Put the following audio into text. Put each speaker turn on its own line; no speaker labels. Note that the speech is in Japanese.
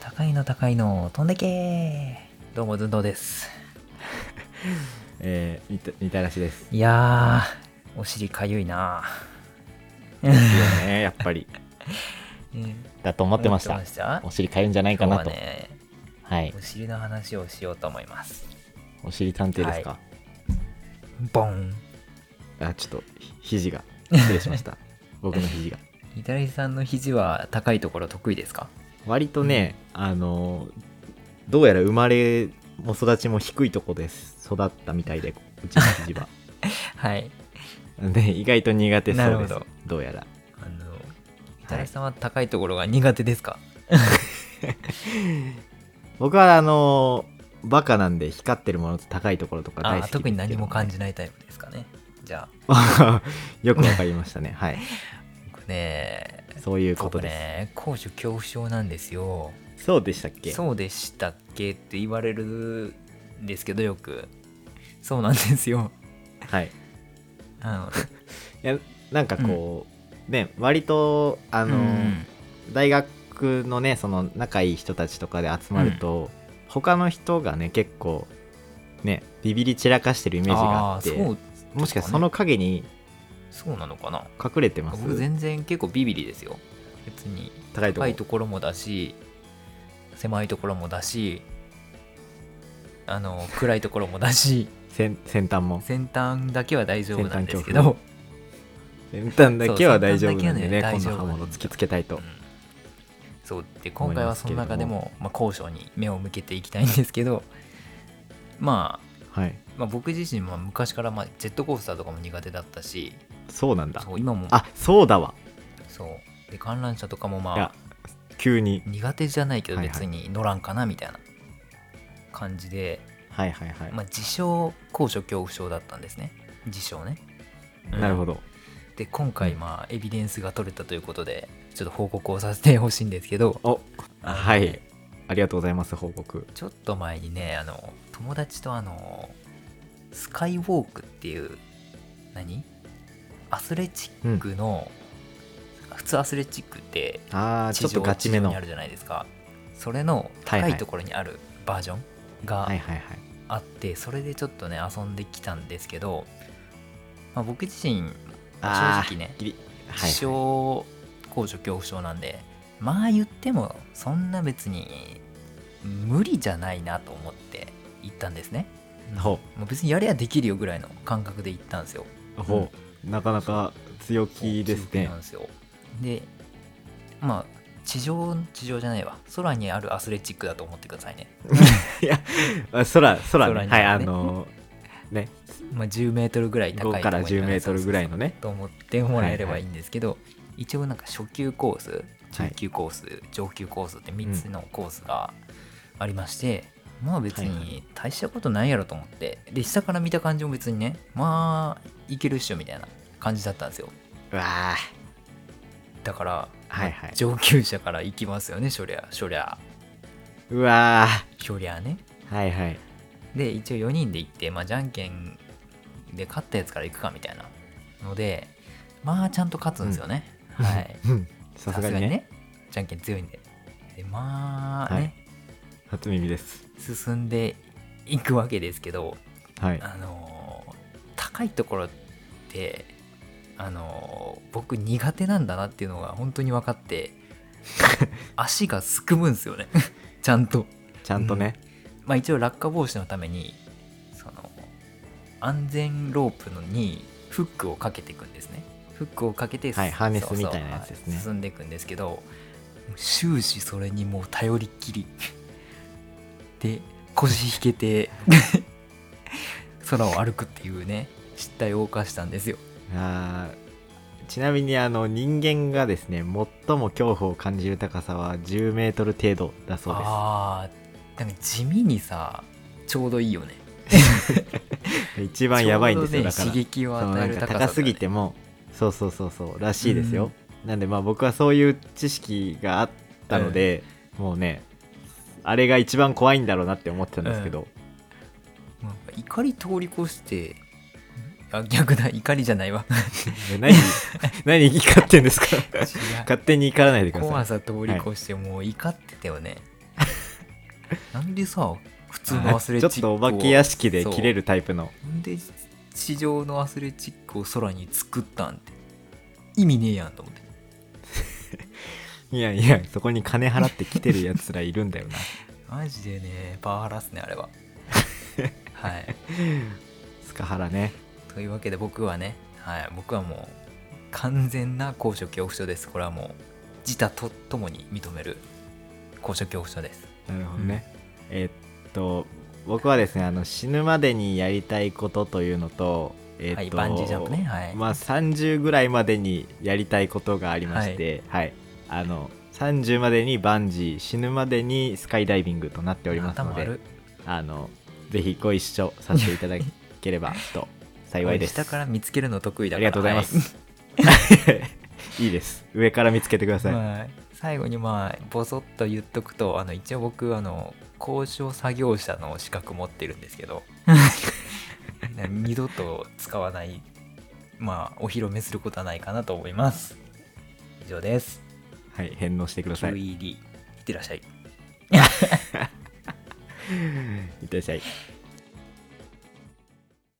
高いの高いの飛んでけーどうもずんどうです
えー、みたみたらし です。
いやーお尻かゆいな
ですよね、やっぱり。だと思
持
ってました。お尻かゆいんじゃないか
今日は
なと。
ね
はい
お。尻の話をしようと思います
お尻探偵ですか。
ボン
あ、ちょっと、ひ肘が。失礼しま した。僕の肘が。
左さんの肘は高いところ得意ですか
割とね、あのー、どうやら生まれも育ちも低いとこです。育ったみたいで、うちの 肘は。
はい
で、意外と苦手そうです。
なるほ
どうやら。
あの左さんは高いところが苦手ですか、
僕は、あのーバカなんで光ってるものと高いところとか大
あー
好きですけど
特に何も感じないタイプですかねじゃあ
あ よくわかりましたね。はい。
僕ね
そういうこと
僕
です。
ね高所恐怖症なんですよ
そうでしたっけ
そうでしたっけって言われるんですけどよくそうなんですよ
はい。い
あ
や、なんかこう、ね、割と、あ
の
の、大学のね、その仲いい人たちとかで集まると、他の人がね、結構、ね、ビビり散らかしてるイメージがあって、
ーそう
もしかしてその影に
そうなのかな
隠れてます
僕全然結構ビビリですよ別に
高いとこ
高いところもだし狭いところもだしあの暗いところもだし
先先端も。
先端だけは大丈夫なんですけ
先端恐
ど
怖、先端だけは大丈
そう
夫なんでね、
先端だけはね大丈
今度刃
夫なんで
物突きつけたいと
うん。そうで今回はその中でもまあ、高所に目を向けていきたいんですけど、まあ、
はい。
まあ僕自身も昔からまあジェットコースターとかも苦手だったし
そうなんだ。
そう今も
あ、そうだわ。
そうで観覧車とかもま
い
あ
や、急に。
苦手じゃないけど
はいはい
別に乗らんかなみたいな感じで、
はいはいはい。
まあ、自称高所恐怖症だったんですね自称ね、うん
なるほど。
で今回まあエビデンスが取れたということでちょっと報告をさせてほしいんですけど
お
あ
はい。ありがとうございます、報告。
ちょっと前にねあの友達とあのスカイウォークっていう何アスレチックの、普通アスレチックって
ああ、
地
ちょ
上
っとガチめ
地上
の。
にあ
はい
るじゃないですかそれの
はい
高
はい
いところにあるバージョンが
はいはい。
あって、それでちょっとね遊んできたんですけど、まあ、僕自身
あー
正直ね
ギリはい
自
はい。
称高所恐怖症なんでまあ言ってもそんな別に無理じゃないなと思って行ったんですね
ほ
もう別にやりゃできるよぐらいの感覚で行ったんですよ
う、ほう、なかなか強気です
強気
ね
なん。ですよでまあ地上地上じゃないわ空にあるアスレチックだと思ってくださいね、
あ空、空
空に
ね。
ね
はい、あのー、ね、
まあ、1 0メートルぐらい高いとこ
5から
にある
10メートルぐらいのね。
と思ってもらえればいいんですけど、一応なんか初級コース中級コース、上級コースって3つのコースがありまして、まあ別
はいは
に大したことないやろと思ってで下から見た感じも別にねまあいけるっしょみたいな感じだったんですよ
うわあ、
だから、
はいはい
上級者から行きますよねそりゃそりゃ
うわあ、
そりゃね
はいはい。
で一応4人で行って、まあ、じゃんけんで勝ったやつから行くかみたいなのでまあちゃんと勝つんですよね、はい
うん さすがにね、
じゃんけん強いんででまあ
は
ね、
い初耳です。
進んでいくわけですけど
はい。
あのー高いところってあのー僕苦手なんだなっていうのが本当に分かって 足がすくむんですよね ちゃんと
ちゃんとね、
まあ一応落下防止のためにその安全ロープのにフックをかけていくんですねフックをかけて、
はいハーネス
そうそう
みたいなやつですね
はい進んでいくんですけど終始それにもう頼りっきり で腰引けて 空を歩くっていうね失態を犯したんですよ
あーちなみにあの人間がですね最も恐怖を感じる高さは1 0メートル程度だそうです
ああなんか地味にさちょうどいいよね
一番やばいんですよ、
ちょう
だ
ど
か
ね
ら
刺激を
その
与
な
え
ん
る
か
高さだよね、
高すぎてもそうそうそうそうらしいですよ、なんでまあ僕はそういう知識があったので、もうねあれが一番怖いんだろうなって思ってたんですけど、
なんか怒り通り越してあ逆だ怒りじゃないわ
え何何怒ってんですか
違う
勝手に怒らないでください
怖さ通り越してもう怒ってたよね、なんでさ普通のアスレチックを
ちょっとお化け屋敷で切れるタイプの
なんで地上のアスレチックを空に作ったんって意味ねえやんと思って
いやいやそこに金払って来てるやつらいる んだよな
マジでねパワハラっすねあれ ははい
スカハラね
というわけで僕はね、はい、僕はもう完全な高所恐怖症ですこれはもう自他とともに認める高所恐怖症です
なるほどね、えっと僕はですねあの死ぬまでにやりたいことというのとえっと、
はいバンジージャンプねはい
まあ30ぐらいまでにやりたいことがありましてはい、あの30までにバンジー死ぬまでにスカイダイビングとなっておりますの
頭
で
悪
あのぜひご一緒させていただければ と幸いです
下から見つけるの得意だ
あ
か
り
ら
がとうございま
は
す、 い、いです上から見つけてください、
まあ最後にまあボソッと言っとくとあの一応僕あの交渉作業者の資格持ってるんですけど な二度と使わないまあお披露目することはないかなと思います以上です
はい返納してください
QED いってらっしゃい
いってらっしゃい